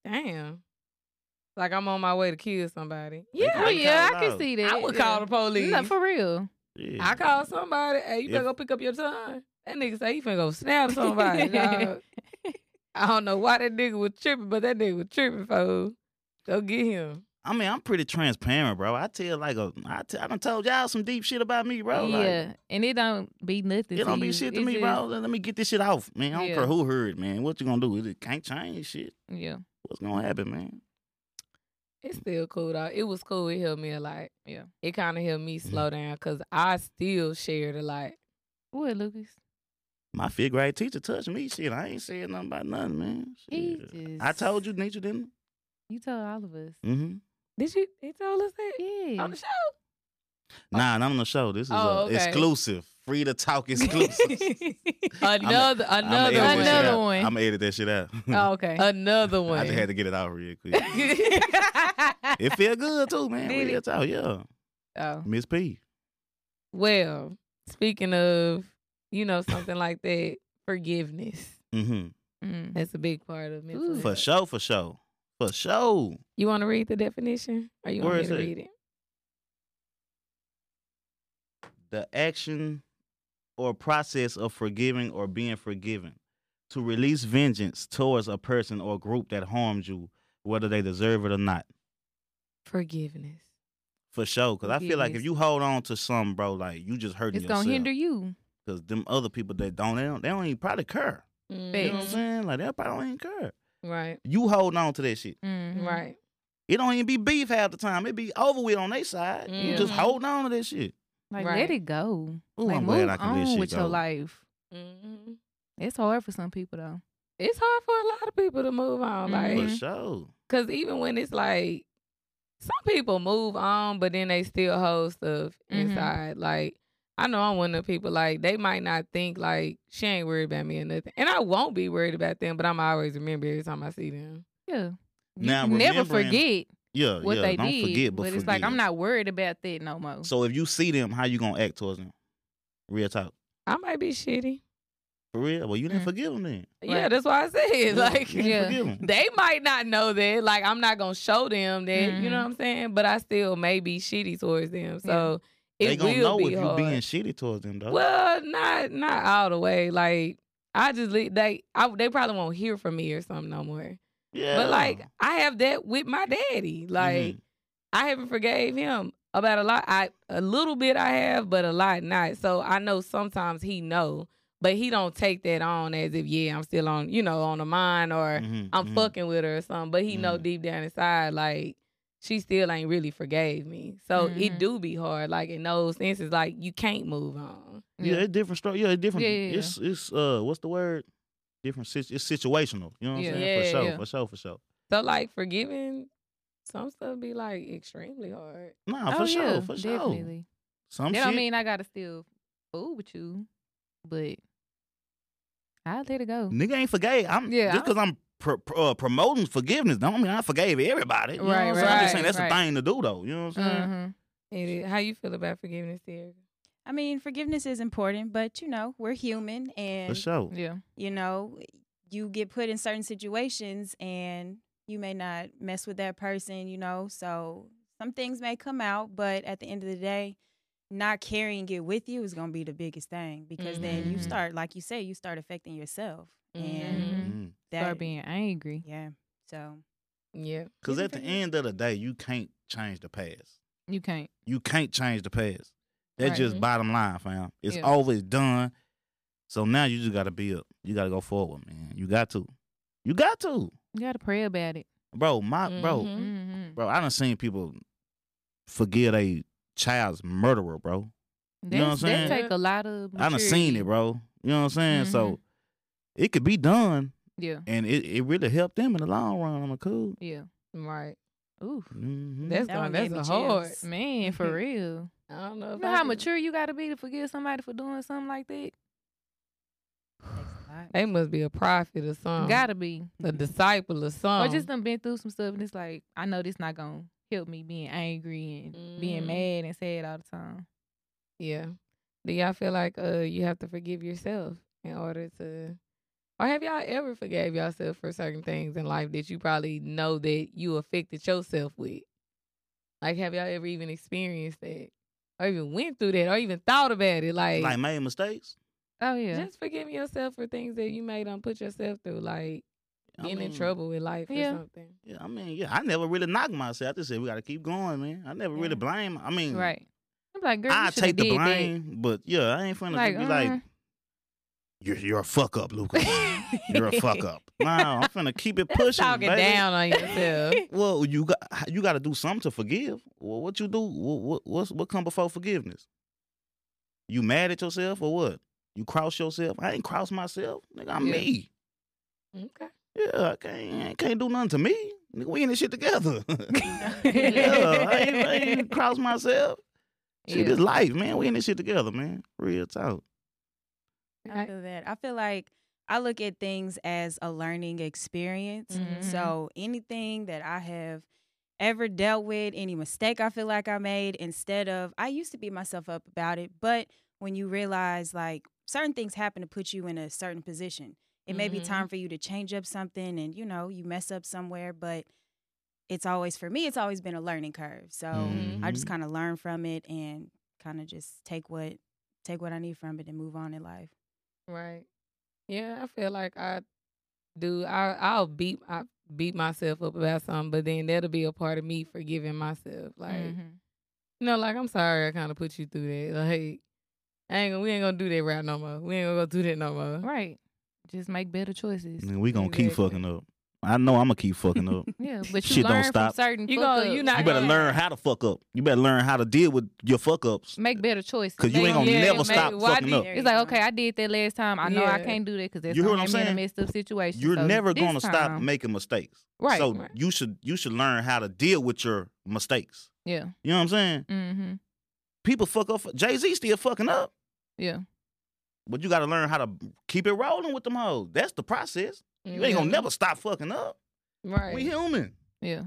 Damn. Like I'm on my way to kill somebody. They Yeah. can- Oh they yeah, call I it can out. see that. I would yeah. call the police. No, for real. yeah. I call somebody. Hey, you If- better go pick up your tongue. That nigga say he finna go snap somebody. dog. I don't know why that nigga was tripping, but that nigga was tripping, fool. Go get him. I mean I'm pretty transparent bro I tell like a I, t- I done told y'all some deep shit about me bro like, yeah, and it don't be nothing. It don't to be you. shit to It's me, just- bro. Let let me get this shit off, man. I don't Yeah. care who heard, man. What you gonna do? It can't change shit. Yeah, What's gonna happen, man? It's still cool though. It was cool. It helped me a lot. Yeah. It kind of helped me slow down because I still shared a lot. what Lucas? My fifth grade teacher touched me, shit. I ain't saying nothing about nothing, man. Shit. Jesus. I told you, Nietzsche didn't. You told all of us. Mm-hmm. Did you? He told us that Yeah. on the show. Nah, not on the show. This is Oh, uh, okay. exclusive, free to talk exclusive. Another, I'ma another edit one. that shit Another out. one. I'm gonna edit that shit out. Oh, okay. Uh, Another I one. just had to get it out real quick. it feel good too, man. Did Real it? talk, yeah. oh. Miss P. Well, speaking of, you know, something like that, forgiveness. Mm-hmm. Mm. That's a big part of mental Ooh. health. For sure, for sure, for sure. You want to read the definition, or you Where want me is to it? read it? the action or process of forgiving or being forgiven. To release vengeance towards a person or group that harmed you, whether they deserve it or not. Forgiveness. For sure. Cause I feel like if Forgiveness. you hold on to something, bro, like you just hurting It's yourself. gonna hinder you. Cause them other people that don't they, don't, they don't even probably care. You know what I'm Facts. saying? Like they probably don't even care. Right. You hold on to that shit. Mhm. Right. It don't even be beef half the time. It be over with on their side. You just Mhm. hold on to that shit. Like Right. let it go. Ooh, Mm-hmm. like I'm move glad I can on let shit with go. your life. Mm-hmm. hmm It's hard for some people though. It's hard for a lot of people to move on, For like, Mhm. sure. because even when it's like, some people move on, but then they still hold stuff Mhm. inside. Like, I know I'm one of the people like they might not think like she ain't worried about me or nothing, and I won't be worried about them, but I'm always remember every time I see them. Yeah. Now, you never remembering- forget. Yeah, what yeah. they don't did. forget, but, but it's like forgive. I'm not worried about that no more. So if you see them, how you gonna act towards them? Real talk, I might be shitty. for real. Well, you didn't Mm. forgive them then. Yeah, Right. that's why I said like you didn't yeah. forgive 'em. they might not know that. Like I'm not gonna show them that. You know Mhm. what I'm saying? But I still may be shitty towards them. So They it gonna will know be if you hard. being shitty towards them though. well, not not all the way. Like I just le- they I, they probably won't hear from me or something no more. yeah. But like I have that with my daddy. Like Mhm. I haven't forgave him about a lot. I a little bit I have, but a lot not. So I know sometimes he know, but he don't take that on as if yeah I'm still on you know on the mind or Mhm, I'm mhm. fucking with her or something. But he know Mhm. deep down inside like she still ain't really forgave me. So Mhm. it do be hard. Like in those instances, like you can't move on. Yeah, it's different story. Yeah, it's different. Yeah, yeah, yeah. It's it's uh, what's the word? Different. Situ- it's situational. You know what I'm Yeah. saying? Yeah, for sure. yeah. For sure. For sure. So like forgiving some stuff be like extremely hard. Nah, for oh, sure. yeah, for sure. definitely. Some that shit. don't mean I gotta still fool with you, but I'll let it go. nigga ain't forgave. I'm Yeah, just because I'm pr- pr- uh, promoting forgiveness. Don't mean I forgave everybody. You know Right, what I'm saying? I'm just right, saying that's right. a thing to do though. You know what I'm saying? Mhm. It is, how you feel about forgiveness, Erica? I mean, forgiveness is important, but you know, we're human For and sure. Mm, Yeah, you know, you get put in certain situations and you may not mess with that person, you know. So some things may come out, but at the end of the day, not carrying it with you is going to be the biggest thing because then Mm-hmm. you Mhm. start, like you say, you start affecting yourself. And Mhm. Mm. that, start being angry. yeah. So, Yeah. Cause Even at the for you. end of the day, you can't change the past. You can't. You can't change the past. That's Right. just bottom line, fam. It's Yeah. always done. So now you just gotta be up. You gotta go forward, man. You got to. You got to. You gotta pray about it. Bro, my bro, Mhm. Mm-hmm. bro, I done seen people forgive a child's murderer, bro. That's, know what I'm saying? That take a lot of. I done seen maturity. it, bro. You know what I'm saying? So Mm-hmm. it could be done Yeah, and it, it really helped them in the long run on the cool. yeah. Right. Oof, Mm-hmm. Mhm. That's That gonna- one that's gave me a hard. chills. man, for real. I don't know. You If know I how could- mature you gotta be to forgive somebody for doing something like that. takes a lot. They must be a prophet or something. gotta be. a disciple or Or something. just done been through some stuff, and it's like I know this not gonna help me being angry and being Mhm. mad and sad all the time. yeah. Do y'all feel like uh you have to forgive yourself in order to, or have y'all ever forgave yourself for certain things in life that you probably know that you affected yourself with? Like, have y'all ever even experienced that, or even went through that, or even thought about it? Like, Like made mistakes. Oh yeah, just forgiving yourself for things that you may done put yourself through, like I getting in mean, trouble with life Yeah. or something. Yeah, I mean, yeah, I never really knocked myself. I just said we gotta keep going, man. I never Yeah. really blame. I mean, right. I'm like, girl, you I shoulda take the did that. blame, but yeah, I ain't finna Like, be like, uh-huh. you're you're a fuck up, Lucas. you're a fuck up. No, I'm finna keep it pushing, Talking baby. down on yourself. Well, you got you got to do something to forgive. Well, what you do? What what what's, what come before forgiveness? You mad at yourself or what? You cross yourself? I ain't cross myself, nigga. I'm Yeah. me. okay. Yeah, I can't I can't do nothing to me. Nigga, we in this shit together. yeah, I ain't, I yeah. ain't cross myself. Shit, Yeah. this life, man. We in this shit together, man. Real talk. I feel that. I feel like I look at things as a learning experience. Mhm. So anything that I have ever dealt with, any mistake I feel like I made, instead of I used to beat myself up about it, but when you realize like certain things happen to put you in a certain position, it may be Mhm. time for you to change up something and you know, you mess up somewhere, but it's always for me, it's always been a learning curve. So Oh, I Mm-hmm. just kind of learn from it and kind of just take what take what I need from it and move on in life. Right. Yeah, I feel like I do. I I'll beat I beat myself up about something, but then that'll be a part of me forgiving myself. Like, Mhm. you know, like I'm sorry I kind of put you through that. Like, I ain't gonna, we ain't gonna do that route no more. We ain't gonna go do that no more. Right. Just make better choices. Nigga, we gonna keep Exactly. fucking up. I know I'm gonna keep fucking up. Yeah, but you Shit don't learn stop. from certain. You fuck gonna- you ups. not You better Yeah. learn how to fuck up. You better learn how to deal with your fuck ups. make better choices. 'Cause you Make- ain't gonna yeah, never make- stop why fucking do- up. It's like okay, I did that last time. I know I Yeah. can't do that because that's You hear gonna what I'm have me in a saying? messed up situation. You're So never this gonna stop time- making mistakes. Right. So right. you should you should learn how to deal with your mistakes. Yeah. You know what I'm saying? Mm-hmm. People fuck up. Jay Z still fucking up, Yeah. but you got to learn how to keep it rolling with them hoes. That's the process. You ain't gonna never stop fucking up. Right. We human. Yeah.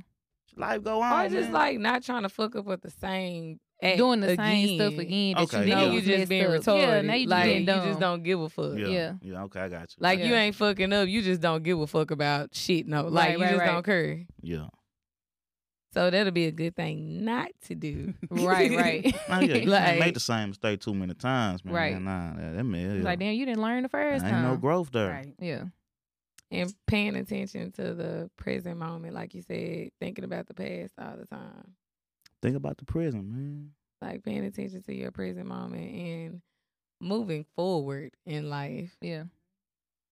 Life go on. Or just man. like not trying to fuck up with the same act doing the same again. stuff again. That Okay, you Now know yeah. you is just being messed retarded. up. Yeah, now you like, just being dumb. You just don't give a fuck. yeah. yeah, yeah. Okay, I got you. Like you Yeah. ain't fucking up. You just don't give a fuck about shit. No, like Right, you right, just right. don't care. yeah. So that'll be a good thing not to do. Right, right. Oh, yeah, you can't Like- make the same mistake too many times, man. Right. Nah, that, that man. It's Like damn, you didn't learn the ain't first time. no growth there. Right. Yeah, and paying attention to the present moment, like you said, thinking about the past all the time. Think about the prison, man. Like paying attention to your present moment and moving forward in life. yeah,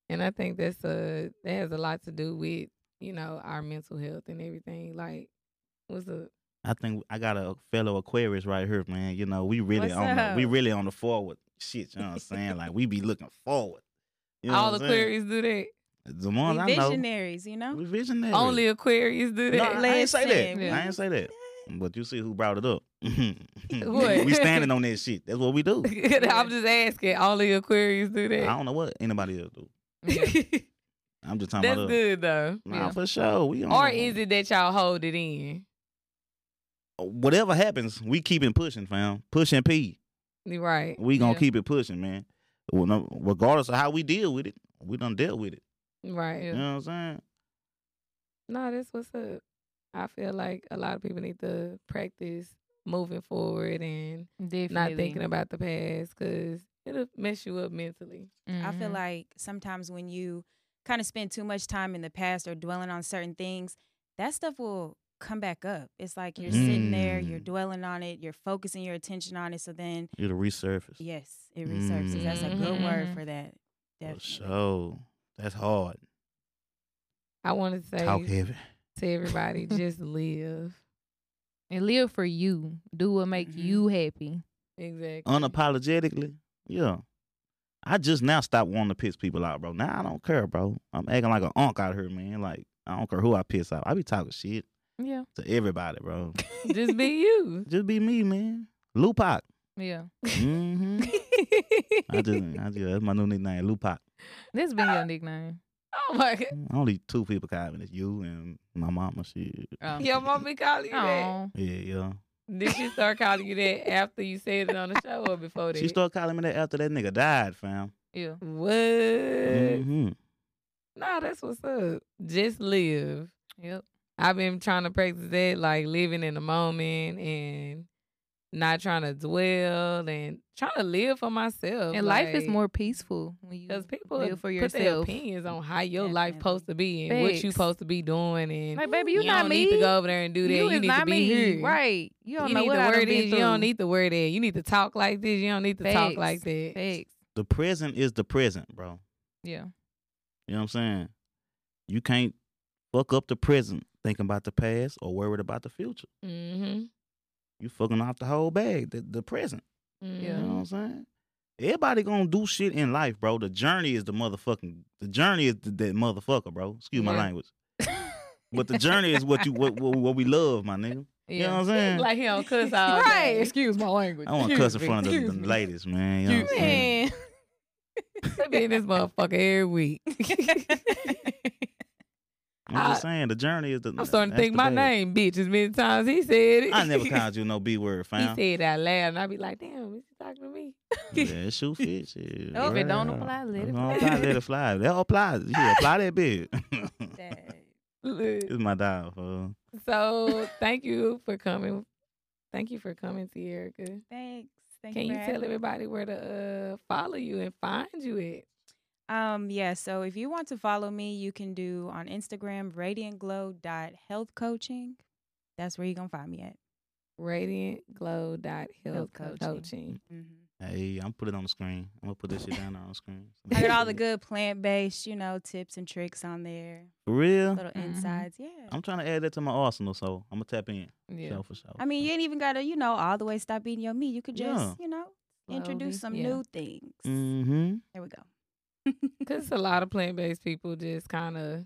And I think that's a that has a lot to do with, you know, our mental health and everything. Like what's up? I think I got a fellow Aquarius right here, man. You know, we really What's on the, we up? really on the forward shit. You know what I'm saying? Like we be looking forward. You know all what I'm saying? Aquarius do that. The ones We I know, visionaries, you know. we visionary. Only Aquarius do No, that. I ain't say that. Listen, I ain't say that. But you see who brought it up. What? we standing on that shit. That's what we do. I'm just asking. Only Aquarius do I that. don't know what anybody else do. yeah. I'm just talking That's about us. good though. Nah, Yeah. for sure. We on Or that. is it that y'all hold it in? whatever happens, we keeping pushing, fam. Pushing P. You Right. We gonna Yeah. keep it pushing, man. Well, no- Regardless of how we deal with it, we done dealt with it. Right. You know what I'm saying? No, that's what's up. I feel like a lot of people need to practice moving forward and definitely. not thinking about the past because it'll mess you up mentally. I Mm-hmm. Mm-hmm. feel like sometimes when you kind of spend too much time in the past or dwelling on certain things, that stuff will come back up. It's like you're sitting there, you're Mm. dwelling on it, you're focusing your attention on it. So then, It'll resurface. yes, it resurfaces. That's a good word for Mm. that. For Definitely. sure. That's hard. I want to say Talk heavy. to everybody, just live. and live for you. Do what make Mhm. Mm-hmm. you happy. Exactly. Unapologetically. Yeah. I just now stopped wanting to piss people out, bro. Now I don't care, bro. I'm acting like an unk out here, man. Like, I don't care who I piss out. I be talking shit Yeah, to everybody, bro. just be you. just be me, man. Lupac. yeah. hmm I just, I just, that's my new nickname, Lupac. That's been your nickname. oh my god. Only two people call me. It's you and my mama. She. Oh. Your mom be calling you that. Oh, Yeah, yeah. Did she start calling you that after you said it on the show or before that? She started calling me that after that nigga died, fam. yeah. what? hmm Nah, that's what's up. Just live. Yep. I've been trying to practice that, like living in the moment and not trying to dwell and trying to live for myself. And life is more peaceful when you because people live for put their yourself. opinions on how your life Definitely. supposed to be and what you Facts. supposed to be doing. And Like, baby, you, you not don't me. need to go over there and do that. You, You, is need not to be me, here. right? You don't You know need what to I wear done been this. You don't through. need to wear that. You need to talk like this. You don't need to talk Facts. like that. Facts. The present is the present, bro. Yeah. You know what I'm saying? You can't fuck up the present thinking about the past or worried about the future. Mm-hmm. You fucking off the whole bag, the, the present. Yeah. You know what I'm saying? Everybody gonna do shit in life, bro. The journey is the motherfucking. The journey is the, that motherfucker, bro. Excuse my Yeah. language. But the journey is what you what, what what we love, my nigga. You know what I'm saying? Like he don't cuss all Right. day. Excuse my language. I want to cuss in front of the, the ladies, man. You know what I'm saying? Man. They be in this motherfucker every week. I'm just saying the journey is the. I'm starting to that's think the my bag. name, bitch, as many times he said it. I never called you no B word, He fam. said it out loud, and I be like, "Damn, is he talking to me?" yeah, shoe fit. Shit. Oh, if it don't Yeah. apply, let it If fly. Don't apply, let it fly. That apply. You should apply that Mm. bitch. That- Look. it's my dog, fool. So thank you for coming. Thank you for coming, Tierka. Thanks. Thank Can you you for tell having me. everybody where to uh, follow you and find you at? Um, yeah, so if you want to follow me, you can do on Instagram, radiantglow.healthcoaching. That's where you're going to find me at. Radiantglow.health Health coaching. coaching. coaching. Hey, I'm put it on the screen. I'm gonna put this shit down there on the screen. I got all the good plant based, you know, tips and tricks on there, For real. little Mhm. insides. Yeah. Oh, mm-hmm. I'm trying to add that to my arsenal, so I'm gonna tap in. Yeah. Show for sure. I mean, you ain't even got to, you know, all the way stop eating your meat. You could just, Yeah. you know, introduce some Slowly, yeah. new things. Mm-hmm. There we go. Cause a lot of plant based people just kind of.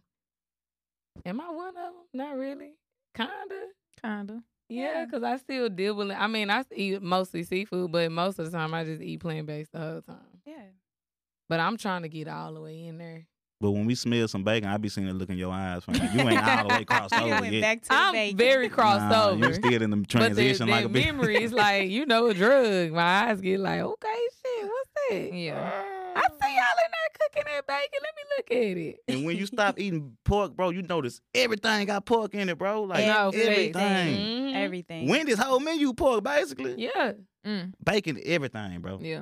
Am I one of them? Not really. Kinda. Kinda. Yeah, Yeah. cause I still deal with. I mean, I s- eat mostly seafood, but most of the time I just eat plant based the whole time. Yeah. But I'm trying to get all the way in there. But when we smell some bacon, I be seeing the look in your eyes. fam. You ain't all the way crossed I done over went yet. back to the I'm bacon. very crossed Nah, over. You still in the But the, transition like the a bitch. memory is like, you know, a drug. My eyes get like, okay, shit, what's that? Yeah. I see y'all in there cooking that bacon. Let me look at it. And when you stop eating pork, bro, you notice everything got pork in it, bro. Like No, for everything. Mhm. everything. Wendy's whole menu pork, basically. Yeah, Mm, Bacon, everything, bro. yeah.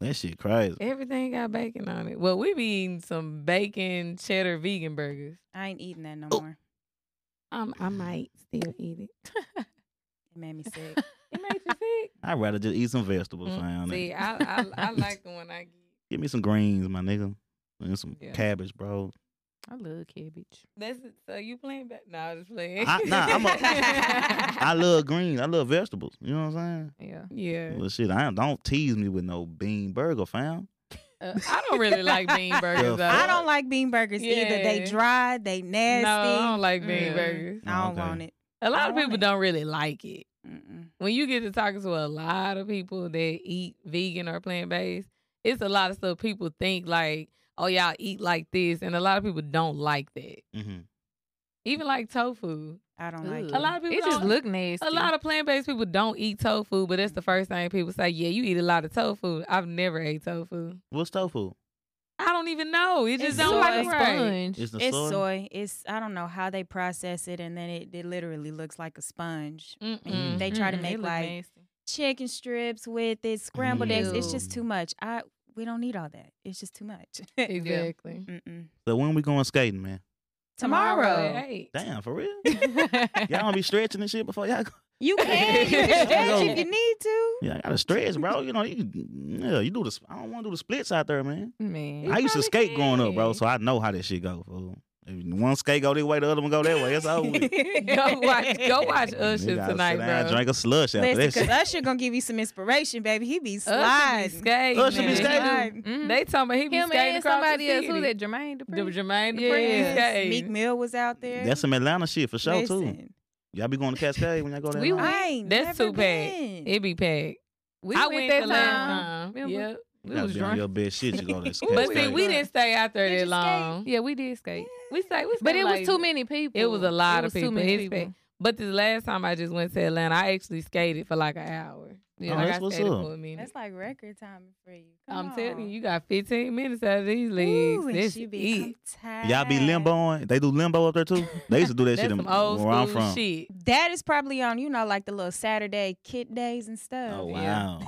That shit crazy. everything got bacon on it. Well, we be eating some bacon cheddar vegan burgers. I ain't eating that no Oh. more. Um, I might still eat it. It made me sick. It makes you sick. I'd rather just eat some vegetables, Mm, man. See, I, I I like the one I get. Give me some greens, my nigga. And some Yeah. cabbage, bro. I love cabbage. That's it. So you playing back? No, I'm just playing. I, nah, I'm a, a, I love greens. I love vegetables. You know what I'm Yeah. yeah. saying? Well, shit, I don't tease me with no bean burger, fam. Uh, I don't really like bean burgers. Though. I don't like bean burgers either. They Yeah. dry, they nasty. No, I don't like bean Mm. burgers. I don't Oh, Okay. want it. A lot of want people it. don't really like it. Mm-mm. When you get to talking to a lot of people that eat vegan or plant based, it's a lot of stuff people think like, oh y'all eat like this, and a lot of people don't like that. Mm-hmm. Even like tofu, I don't like Ugh. it. A lot of people It just don't- look nasty. a lot of plant based people don't eat tofu, but that's the first thing people say. Yeah, you eat a lot of tofu. I've never ate tofu. What's tofu? I don't even know. It just It's don't soy like right. sponge. It's the It's soy. soy. It's I don't know how they process it, and then it, it literally looks like a sponge. Mm. Mm-mm. They try to Mm-mm, it Mm-hmm. make look like nasty. chicken strips with it, scrambled eggs. It's Ew. just too much. I we don't need all that. It's just too much. Exactly. Mm-mm. So when we going skating, man? Tomorrow. at Tomorrow, eight. Damn, for real? Y'all yeah. don't be stretching and shit before y'all go. you can you can stretch if you need to. Yeah, I gotta stretch, bro. You know, you yeah, you do the. I don't want to do the splits out there, man. Man. You I used to probably skate growing up, bro, can. so I know how this shit go. Fool. If one skate go this way, the other one go that way. It's over. with. go watch go watch You Usher gotta tonight, sit down, bro. drink a slush after Listen, that because shit. Usher gonna give you some inspiration, baby. He be Usher be sliding. skating. Usher be man. skating. Mhm. They talking about he be him skating and across somebody the else. Who city. that? Jermaine The Dupri. Jermaine Yes. Dupri is Yes. skating. Meek Mill was out there. That's some Atlanta shit for sure too. Listen, Y'all be going to Cascade when y'all go there. We long? went- I ain't That's never too bad. been. It be packed. We I went went the that time. last time. Remember? Yep. You We gotta was be on your drunk. best shit to go to Ooh, But we see, we was Cascade. drunk. didn't stay out there Did that you skate? long. Yeah, we did skate. We stayed. We But stayed it was like- too many people. It was a lot It of was people. Too many It's people. But the last time I just went to Atlanta, I actually skated for like an hour. Yeah. Oh, like that's I what's skated up. for a minute. That's like record timing for you. Come I'm telling you, on. you got 15 minutes out of these leagues. Ooh, and That's she it. be I'm Y'all be tired. limboing. They do limbo up there too. They used to do that That's shit in, some where old school I'm from. shit. That is probably on, you know, like the little Saturday kid days and stuff. Oh Yeah. wow.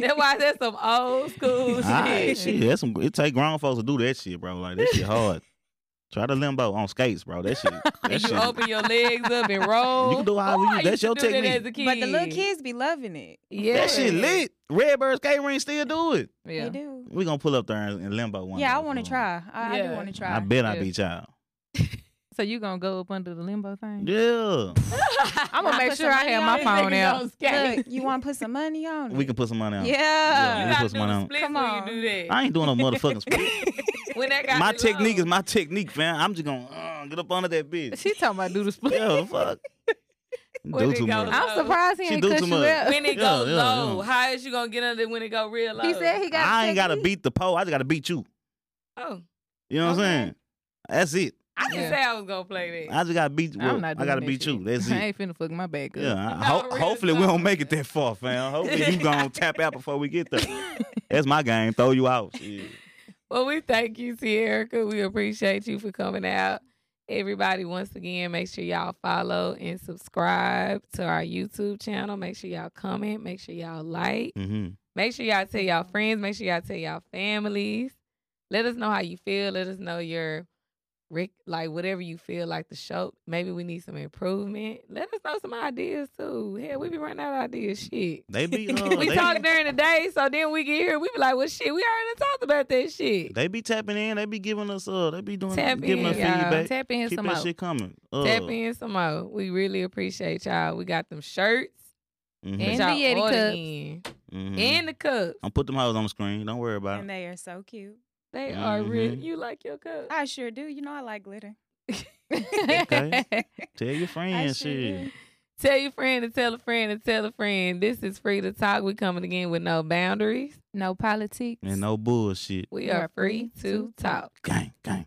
That's why that's some old school Alright, shit. shit, that's some. It take grown folks to do that shit, bro. Like that shit hard. Try to limbo on skates, bro. That shit. That shit. You open your legs up and roll. You can do however Oh, you- I used that's to your do that technique. as a But the little kid. kids be loving it. yeah. That shit lit. Redbird skate ring still do it. Yeah. They do. We gonna pull up there and, and limbo one. yeah, day, I want to fool. try. I, I Yeah. do want to try. I bet I Yeah. beat y'all. So you gonna go up under the limbo thing? Yeah, I'm gonna make Put sure some I have my money on phone out. Look, Look, you want to put some money on we it? can put some money on. it. Yeah. you gotta put some do the on. splits Come when on. You do that. I ain't doing no motherfucking split. when that got my me technique low. is my technique, fam. I'm just gonna uh, get up under that bitch. She talking about do the split. Yeah, fuck. Where do it too go? much. I'm surprised he She ain't do cut too you much. up. when it Yeah, goes yeah, low. yeah. How is you gonna get under when it go real low? He said he got. I ain't gotta technique. beat the pole. I just gotta beat you. "Oh, You know what Okay. I'm saying? That's it. I didn't Yeah. say I was gonna play that." I just gotta beat. Well, I'm not. I Doing gotta that beat shit. you. That's I it. ain't finna fuck my back up. Yeah. I- No, ho- real hopefully we don't talk. make it that far, fam. Hopefully you gonna tap out before we get there. That's my game. Throw you out. Shit. well, we thank you, Tierica. We appreciate you for coming out. Everybody, once again, make sure y'all follow and subscribe to our YouTube channel. Make sure y'all comment. Make sure y'all like. Mm-hmm. Make sure y'all tell y'all friends. Make sure y'all tell y'all families. Let us know how you feel. Let us know your Rick, like whatever you feel like the show. Maybe we need some improvement. Let us know some ideas too. Hell, we be running out of ideas. Shit. They be uh, We they, talk be, during the day, so then we get here. We be like, well, shit, we already talked about that shit. they be tapping in. They be giving us uh. They be doing Tap in, giving us y'all. feedback. Tap in Keep some that more. shit coming. Uh, Tap in some more. We really appreciate y'all. We got them shirts mhm, And that y'all the Yeti ordered cups. in. mhm. And the cups. I'm put them hoes on the screen. Don't worry about And it. they are so cute. They are real. Mhm. You like your cups? I sure do. You know I like glitter. Okay. Tell your I friends sure shit. do. Tell your friend to tell a friend to tell a friend. This is Free to Talk. We coming again with no boundaries. No politics. And no bullshit. We are free to talk. Gang, gang.